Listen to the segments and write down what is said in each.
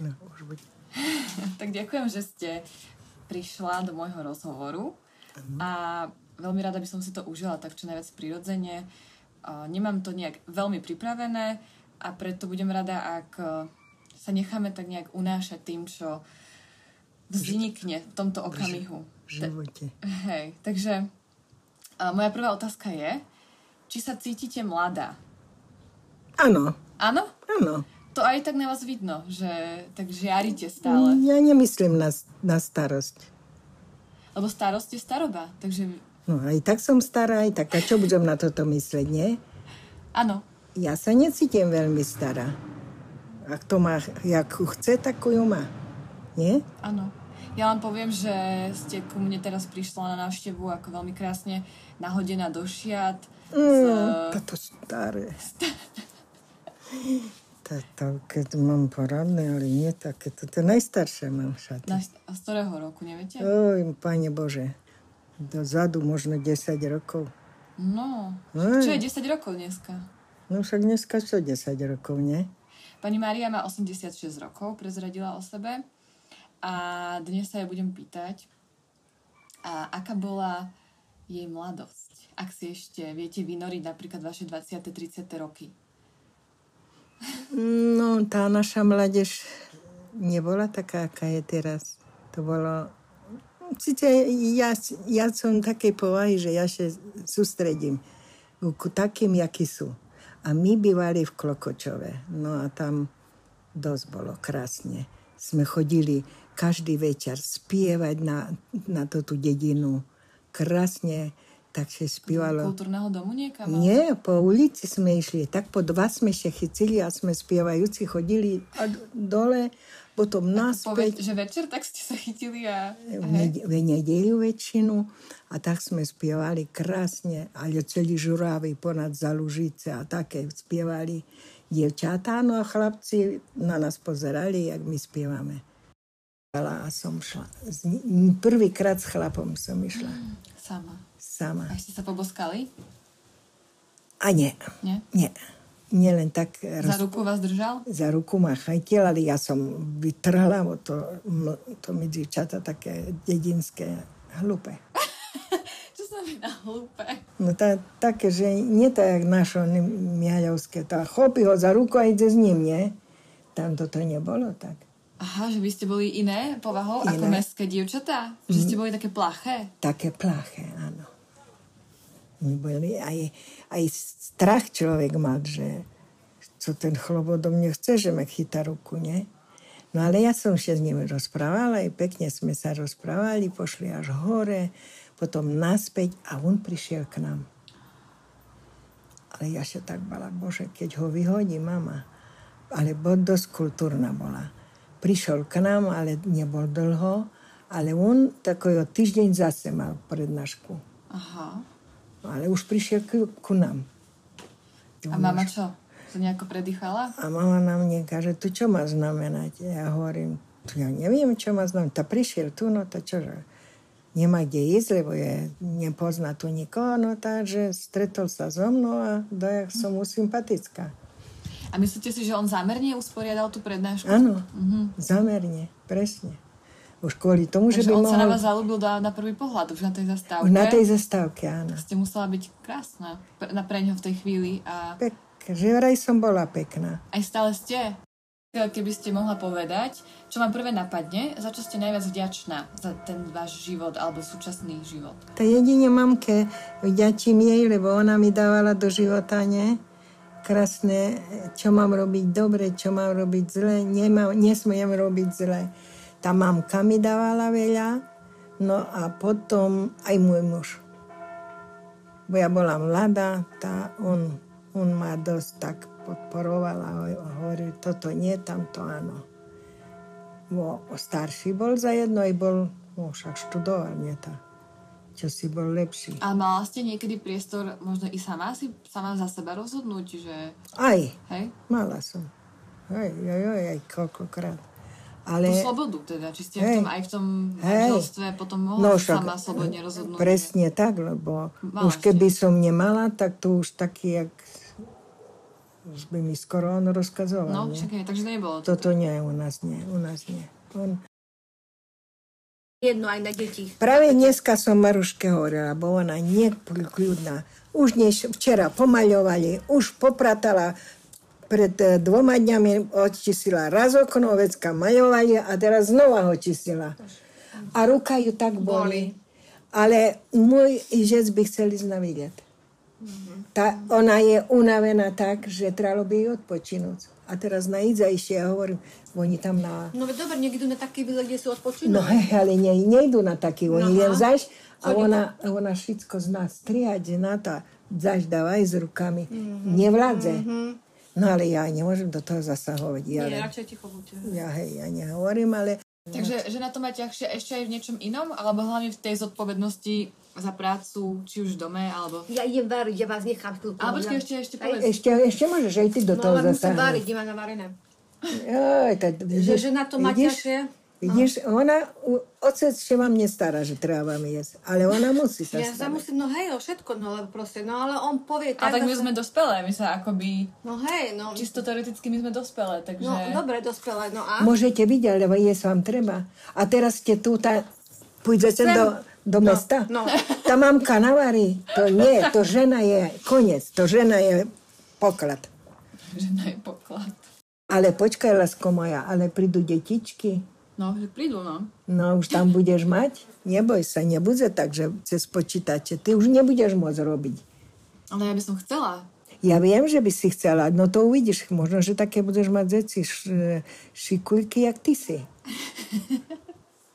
No, už bude. tak ďakujem, že ste prišla do môjho rozhovoru a veľmi rada by som si to užila tak čo najviac prirodzene. Uh, Nemám to nejak veľmi pripravené a preto budem rada, ak uh, sa necháme tak nejak unášať tým, čo vznikne v tomto okamihu. V živote. Hej, takže uh, moja prvá otázka je, či sa cítite mladá? Áno, Áno? áno. To aj tak na vás vidno, že tak žiarite stále. Ja nemyslím na, na starosť. Lebo starosť je staroba, takže No aj tak som stará, aj tak. A čo budem na toto myslieť, nie? áno. Ja sa necítim veľmi stará. A kto má, jak chce, takú ju má. Nie? Áno. Ja len poviem, že ste ku mne teraz prišla na návštevu ako veľmi krásne nahodená do šiat. Mm, Mm. toto staré. Tato, keď mám poradné, ale nie také. To je najstaršie mám šaty. Na, a z ktorého roku, neviete? Oj, Pane Bože. Dozadu možno 10 rokov. No. Hej. Čo je 10 rokov dneska? No však dneska čo 10 rokov, nie? Pani Mária má 86 rokov, prezradila o sebe. A dnes sa jej budem pýtať, a aká bola jej mladosť? Ak si ešte viete vynoriť napríklad vaše 20. 30. roky. No, tá naša mládež nebola taká, aká je teraz. To bolo... Sice ja, ja som takej povahy, že ja sa sústredím ku ku takým, jakí sú. A my bývali v Klokočove. No a tam dosť bolo krásne. Sme chodili každý večer spievať na, na to tú dedinu. Krásne, tak sa spievalo. Kultúrneho domu niekam? ale- Nie, po ulici sme išli. Tak po dva sme sa chycili a sme spievajúci chodili a d- dole, potom Poved, naspäť. že večer tak ste sa chytili a... V, Hej. nede- v nedeľu väčšinu a tak sme spievali krásne, ale celý žuravy ponad Zalužice a také spievali dievčatá, no a chlapci na nás pozerali, jak my spievame. A som šla. s ni- Prvýkrát s chlapom som išla. Mm. Sama. Sama. A ste sa poboskali? A nie, Nie? nie. Nie len tak Za ruku vás držal? za ruku ma chytil, ale ja som vytrhla bo to, ml- to mi dievčata také dedinské hlúpe. Čo sa mi na hlúpe? No tá, také, že nie to jak naše oni miaľovské, tá chopí ho za ruku a ide s ním, nie? Tam toto nebolo tak. Aha, že by ste boli iné povahou ako Iné. Mhm. mestské dievčatá? Že ste boli také plaché? Také pláche, áno. My boli aj, aj strach človek mal, že co ten chlop odo mňa chce, že ma chytá ruku, nie? No ale ja som sa s ním rozprávala i pekne sme sa rozprávali, pošli až hore, potom naspäť a on prišiel k nám. Ale ja sa tak bala, bože, keď ho vyhodí mama. Ale bol dosť kultúrna bola. Prišiel k nám, ale nebol dlho, ale on takový o týždeň zase mal prednášku. Aha. Ale už prišiel ku, ku nám. A mama čo? Sa nejako predýchala? A mama na mne kaže, to čo má znamenať? Ja hovorím, to ja neviem, čo má znamenať. Ta prišiel tu, no to čo, že nemá kde ísť, lebo je, nepozná tu nikoho, no takže stretol sa so mnou a dojak som mu sympatická. A myslíte si, že on zámerne usporiadal tú prednášku? Áno, zamerne, presne. Už kvôli tomu, že Mhm. by Takže on sa na mohol... vás zalúbil na, na prvý pohľad, už na tej zastávke. Na tej zastávke, áno. Ste musela byť krásna pre, na preňho v tej chvíli a Pek, že vraj som bola pekná. aj stále ste. Teda Keby ste mohla povedať, čo vám prvé napadne, za čo ste najviac vďačná za ten váš život alebo súčasný život. To jedine mamke vďačím jej, lebo ona mi dávala do života, nie? Krásne, čo mám robiť dobre, čo mám robiť zle, nemám, nesmiem robiť zle. Tá mamka mi dávala veľa, no a potom aj môj muž. Bo ja bola mladá, tá on, on ma dosť tak podporoval a ho- hovoril, toto nie, tamto áno. Bo starší bol za jedno, aj bol, no, však študoval, nie tá čo si bol lepší. A mala ste niekedy priestor možno i sama si sama za seba rozhodnúť, že Aj, hej, mala som. Aj, aj, aj, aj koľkokrát. tú Ale, slobodu teda, či ste Hej. v tom, aj v tom Hej. No, manželstve potom mohla si sama slobodne rozhodnúť. presne tak, lebo Mala už keby som nemala, tak to už taký, jak Už by mi skoro on rozkazoval. No, nie? však aj, takže nebolo to. Toto nie, u nás nie, u nás nie. On... Jedno aj na deti. Práve dneska som Maruške hovorila, bo ona nekľudná. Už než včera pomaľovali, už popratala pred eh, dvoma dňami odčistila raz okno, vecka maľovali a teraz znova ho čistila. A ruka ju tak boli. Ale môj žec by chcel ísť na výlet. Tá, ona je unavená tak, že trebalo by jej odpočinúť. A teraz na idzajšie, ja hovorím, oni tam na No veď dobre, niekto na taký výlet, kde si odpočinú. No hej, ale nie, nejdu na taký, oni No, len aha. zaš a Chodí ona, a ona všetko z nás striade na to, zaš dávaj s rukami, Mhm. nevládze. No ale ja nemôžem do toho zasahovať, ja, Nie, len, radšej ticho buďte. ja, hej, ja nehovorím, ale Takže že na to má ťažšie ešte aj v niečom inom, alebo hlavne v tej zodpovednosti za prácu, či už v dome, alebo... Ja idem variť, ja vás nechám chvíľku. Ale počkaj, Ona- ešte, ešte Aj- povedz. ešte, ešte môžeš aj ty do No toho ale musím variť, zasahovať. nemám navarené. Joj, tá, Že, že na to má no. vidíš? ťažšie. Vidíš, ona, u- ocec sa vám nestará, že treba vám jesť, ale ona musí sa Ja sa starať. musím, no hej, o všetko, no ale proste, no ale on povie A tak my zase- sme dospelé, my sa akoby... No hej, no, Čisto teoreticky my sme dospelé, takže... no dobre, dospelé, no a? Môžete vidieť, lebo jesť vám treba. A teraz ste tu, tá, pôjdete Sem. do, do No, mesta. no. Tá mamka navarí. To nie, to žena je koniec, to žena je poklad. Žena je poklad. Ale počkaj, lasko moja, ale prídu detičky. No, že prídu, no. No už tam budeš mať? Neboj sa, nebude tak, že cez počítače. Ty už nebudeš môcť robiť. Ale ja by som chcela. Ja viem, že by si chcela, no to uvidíš. Možno, že také budeš mať zeci š, šikuľky, jak ty si.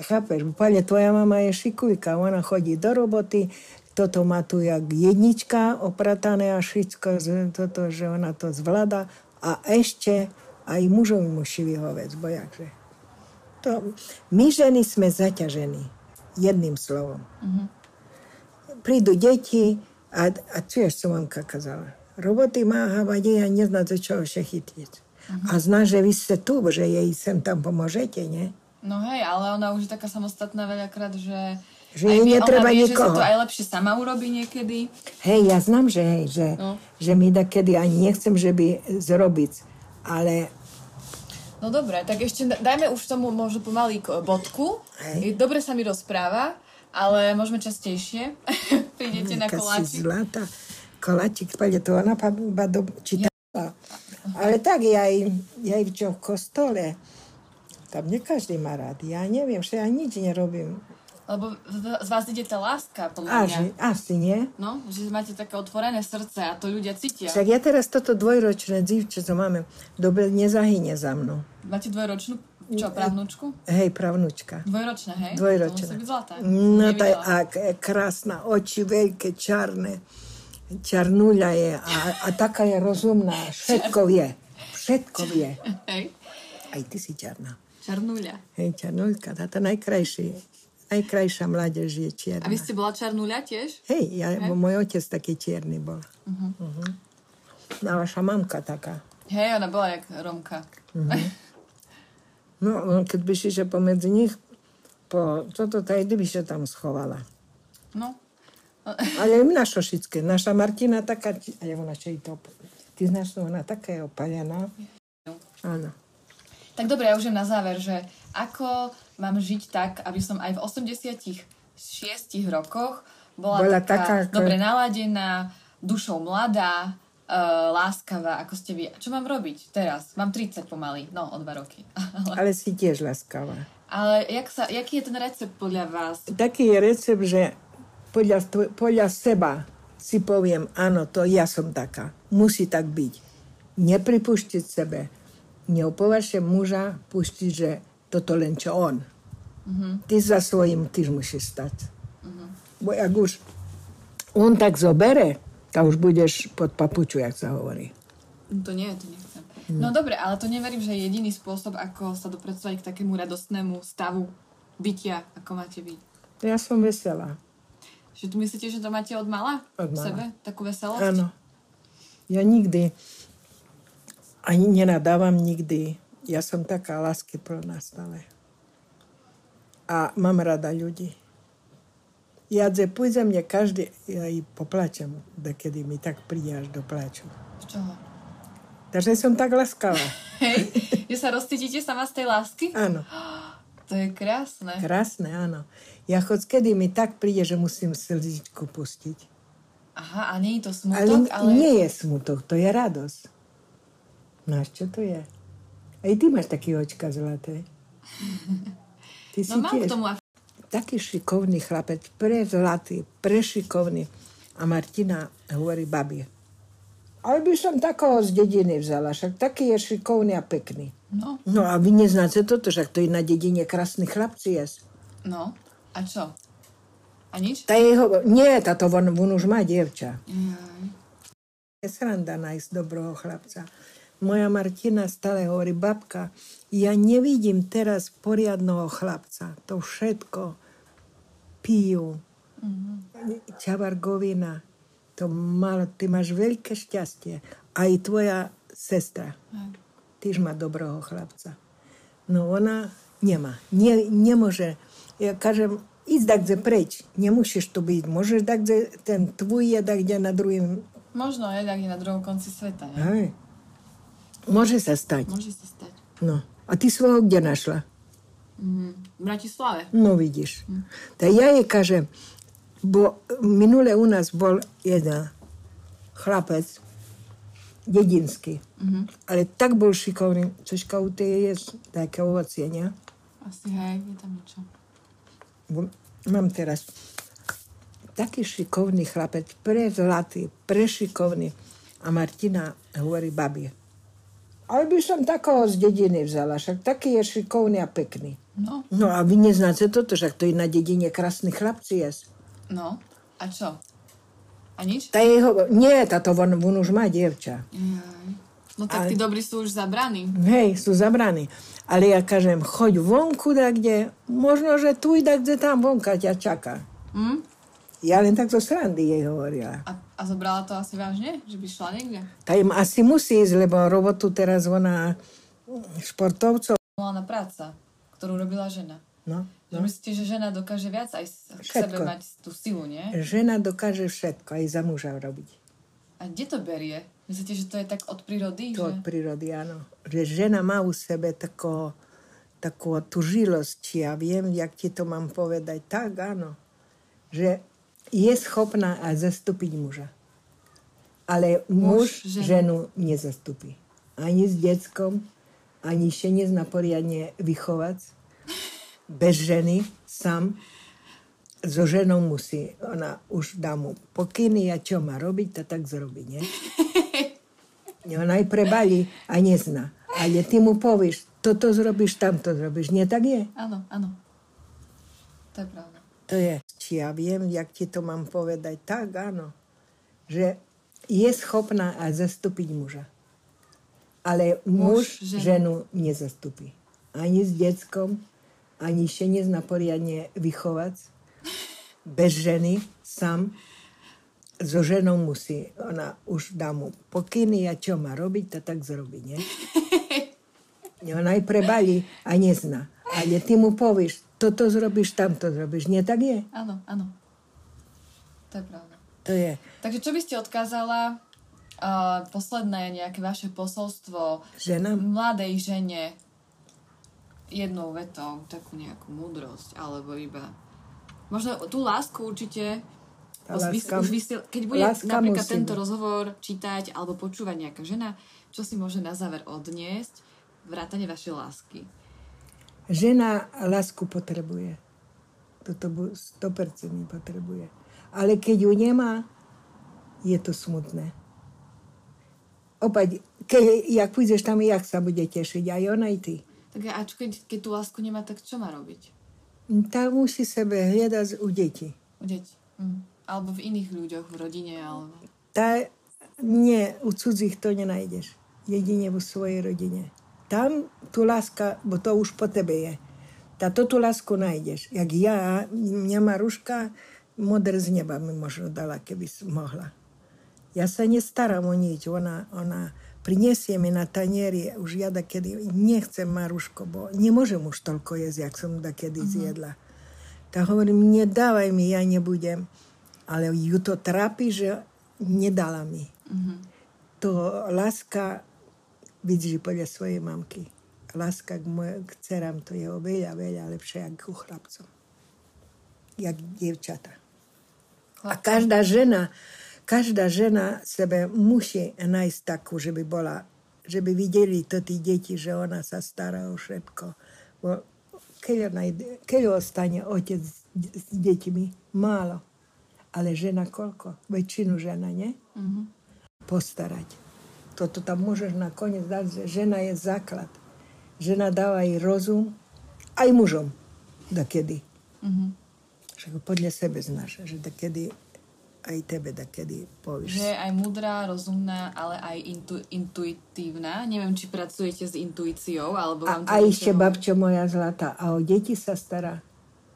Chápeš? Pane, tvoja mama je šikuľka. Ona chodí do roboty, toto má tu jak jednička opratané a všetko, z- toto, že ona to zvláda. A ešte aj mužovi musí vyhovec, bo jakže. To, my ženy sme zaťažení, jedným slovom prídu deti a, a čuješ, co mamka kazala. Roboty má havadí a nezná, do čoho sa chytiť. A zná, že vy ste tu, že jej sem tam pomôžete, nie? No hej, ale ona už je taká samostatná veľakrát, že... Že aj jej vie- netreba ona vie, že nikoho. si to aj lepšie sama urobí niekedy. Hej, ja znam, že hej, že, No. že mi da kedy ani nechcem, že by zrobiť, ale No dobre, tak ešte da- dajme už tomu možno pomaly k- eh, bodku. Hej. Je- Dobre sa mi rozpráva, ale môžeme častejšie. Prídete na Aká si koláči. Zlata. Koláčik, spade to ona pa, pa do, čítala. Ale tak, ja i, ja i čo v kostole, tam nie každý má rád. Ja neviem, že ja nič nerobím. Lebo v- z vás ide tá láska, podľa A, mňa. že, asi nie. No, že máte také otvorené srdce a to ľudia cítia. Však ja teraz toto dvojročné dzivče, co máme, dobre nezahynie za mnou. Máte dvojročnú, čo, právnučku? Hej, pravnúčka. Dvojročná, hej? To Dvojročná. musí byť zlatá. No taj, Nevidela. a k- krásna, oči veľké, čarné. Čarnuľa je a, a taká je rozumná. Všetko vie. Všetko vie. Hej, Aj ty si čarná. čarnuľa. Hej, čarnuľka, tá najkrajší. Najkrajšia mládež je čierna. A vy ste bola čarnuľa tiež? Hej, ja, bo môj otec taký čierny bol. Uh-huh. Mhm. Uh-huh. A vaša mamka taká. Hej, ona bola jak Romka. No, on keď by šiel pomedzi nich, po, toto tajdy by sa tam schovala. No, Ale im naša všetké. Naša Martina taká, ti- a je ona čo to... Ty znáš, no, ona taká je opalená. Áno. tak dobre, ja už jem na záver, že ako mám žiť tak, aby som aj v 86 rokoch bola, Bola taká taká, ako- dobre naladená, dušou mladá, e, láskavá, ako ste vy. A Čo mám robiť teraz? Mám 30 pomaly, no o dva roky. Ale, Ale si tiež laskavá. ale jak sa, jaký je ten recept podľa vás? Taký je recept, že podľa, tvoj- podľa seba si poviem, áno, to ja som taká. Musí tak byť. Nepripuštiť sebe. Neopovaše muža pustiť, že toto len čo on. Ty za svojím tiež musíš stať. Mhm. Bo jak už on tak zobere, tak už budeš pod papuču, jak sa hovorí. No To nie, to nechcem. No dobre, ale to neverím, že je jediný spôsob, ako sa dopracovať k takému radostnému stavu bytia, ako máte vy. Ja som veselá. Že tu myslíte, že to máte od mala? Od v mala. sebe? Takú veselosť? Áno. Ja nikdy ani nenadávam nikdy. Ja som taká lásky plná stále. A mám rada ľudí. Ja dze pôjdem, mne každý, ja i poplačem, kedy mi tak príde až do pláču. Z čoho? Takže som tak laskavá. Hej, že sa rozcítite sama z tej lásky? Áno, To je krásne. krásne, áno. Ja chod, kedy mi tak príde, že musím slzičku pustiť. Aha, a nie je to Ale, smutok, No ale... ale nie je smutok, to je radosť. No a čo to je? Aj ty máš také očka zlaté. Ty si No mám tiež k tomu ak- taký šikovný chlapec, prezlatý, prešikovný. A Martina hovorí babi, ale by som takého z dediny vzala, však taký je šikovný a pekný. No, No a vy neznáte toto, však to je na dedine krásny chlapci jes. no. A čo? A nič? Tá jeho, nie, táto on, on už má dievča. Jaj. Je sranda nájsť dobrého chlapca. Moja Martina stále hovorí, babka, ja nevidím teraz poriadného chlapca. To všetko pijú. Mm-hmm. Čavargovina. To mal, ty máš veľké šťastie. Aj tvoja sestra. Hej. Tyž má dobrého chlapca. No ona nemá. Nie, nemôže. Ja tak kažem, ísť takde preč. Nemusíš tu byť. Môžeš takde, ten tvůj je takde na druhým Možno je tak na druhom konci sveta, ne? Hej. Môže sa stať. Môže sa stať. No. A ty svojho kde našla? Mm. V Bratislave. No vidíš. Tak ja jej kažem, bo minule u nás bol jeden chlapec, dedinský, ale tak bol šikovný, cožka u tej je také ovocie, nie? Asi hej, je tam niečo. Bo Mám teraz taký šikovný chlapec, prezlatý, prešikovný. A Martina hovorí babie. Ale by som takého z dediny vzala, však taký je šikovný a pekný. No, No a vy neznáte toto, však to je na dedine krásny chlapci jes. no. A čo? A nič? Tá jeho, nie, táto on, on už má dievča. Jaj. No tak tí dobrí sú už zabraní. Hej, sú zabraní. Ale ja kažem, choď vonku da kde, možno, že tu i da kde tam vonka ťa čaká. Hm? Ja len takto srandy jej hovorila. A, a zobrala to asi vážne? Že by šla niekde? Tá im asi musí ísť, lebo robotu teraz ona športovcov. Normálna práca, ktorú robila žena. No. Že myslíte, že žena dokáže viac aj s- k Všetko. sebe mať tú silu, nie? Žena dokáže všetko, aj za muža robiť. A kde to berie? Myslíte, že to je tak od prírody? To že... od prírody, áno. Že žena má u sebe tako, takú tú žilosť, ja viem, jak ti to mám povedať. Tak, áno. Že je schopná a zastúpiť muža. Ale muž, Muž ženu. muž ženu nezastupí. Ani s deckom, ani še nezná poriadne vychovať. Bez ženy, sám. So ženou musí. Ona už dá mu pokyny a čo má robiť, to tak zrobí, nie? Ona aj prebali a nezná. Ale ty mu povieš, toto zrobíš, tamto zrobíš. Nie tak je? Áno, áno. To je pravda. To je. Či ja viem, jak ti to mám povedať. Tak, áno. Že je schopná a zastúpiť muža. Ale muž, Muž ženu. ženu nezastupí. Ani s deckom, ani še nezná poriadne vychovať. Bez ženy, sám. So ženou musí. Ona už dá mu pokyny a čo má robiť, to tak zrobí, nie? Ona aj prebali a nezná. Ale ty mu povieš, toto zrobíš, tamto zrobíš. Nie tak je? Áno, áno. To je pravda. To je. Takže čo by ste odkázala uh, posledné nejaké vaše posolstvo Žena mladej žene jednou vetou, takú nejakú múdrosť, alebo iba... Možno tú lásku určite... Tá bo zvys- láska- už vysiel- keď bude láska napríklad musí tento byť. rozhovor čítať alebo počúvať nejaká žena, čo si môže na záver odniesť vrátane vašej lásky. Žena lásku potrebuje. Toto bu- 100% potrebuje. Ale keď ju nemá, je to smutné. Opäť, keď, jak pôjdeš tam, jak sa bude tešiť, aj ona, aj ty. Tak a čo keď, keď tú lásku nemá, tak čo má robiť? Tá musí sebe hľadať u detí. U detí. Mm. Alebo v iných ľuďoch, v rodine, alebo... Tá, nie, u cudzích to nenajdeš. Jedine vo svojej rodine. Tam tu láska, bo to už po tebe je. Táto tu lásku nájdeš. Jak ja, mňa Maruška modr z neba mi možno dala, keby s- mohla. Ja sa nestaram o nič. Ona, ona prinesie mi na tanieri už ja da kedy nechcem Maruško, bo nemôžem už toľko jesť, jak som da kedy zjedla. Tak hovorím, nedávaj mi, ja nebudem. Ale ju to trápi, že nedala mi. To láska vydrží podľa svojej mamky. Láska k, moj, k dcerám to je oveľa, veľa lepšia ako ku chlapcom. Jak dievčata. A každá žena, každá žena sebe musí nájsť takú, že by bola, že by videli to tí deti, že ona sa stará o všetko. Bo keď, najde, keď ostane otec s, s deťmi? Málo. Ale žena koľko? Väčšinu žena, nie? Postarať. Toto tam môžeš nakoniec dať, že žena je základ. Žena dáva aj rozum, aj mužom. Da kedy. Však podľa sebe znáš, že da kedy aj tebe da kedy povieš. Že je aj múdra, rozumná, ale aj intu- intuitívna. Neviem, či pracujete s intuíciou, alebo A, vám to a niečo ešte hovorí. babčo moja zlatá, a o deti sa stará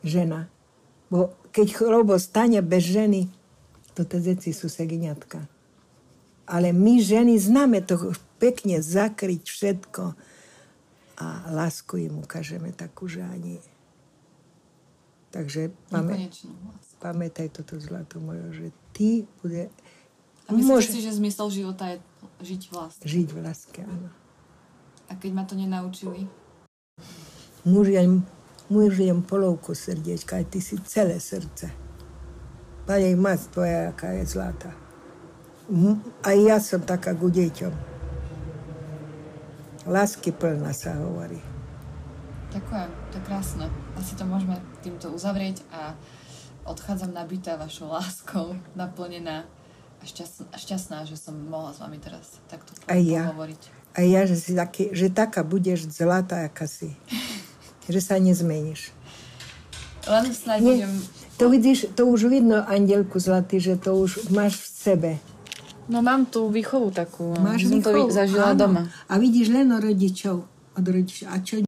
žena. Bo keď chlobo stane bez ženy, to tie deti sú segňatka. Ale my ženy známe to pekne zakryť všetko. A lásku im ukážeme takú, že ani... Takže pamä, Nekonečnú vlast. pamätaj toto zlato mojo, že ty bude... A myslíte Môže si, že zmysel života je žiť vlast. žiť v láske, áno. A keď ma to nenaučili, Mužem, mužem polovku srdečka, a ty si celé srdce. Pa jej mat tvoja, jaká je zlata. M- A ja som taká ku deťom. Lásky plná sa hovorí. ďakujem, to je krásne. Asi to môžeme týmto uzavrieť a odchádzam nabitá vašou láskou, naplnená a šťastná, a šťastná že som mohla s vami teraz takto po- Aj ja. pohovoriť. A ja, že, si taký, že taká budeš zlatá, aká si. Že sa nezmeníš. Len snáď Nie, budem... to vidíš, to už vidno, andelku zlatý, že to už máš v sebe. No mám tú výchovu takú. Máš som to výchovu, zažila áno. doma. A vidíš len od rodičov. Od rodičov. A čo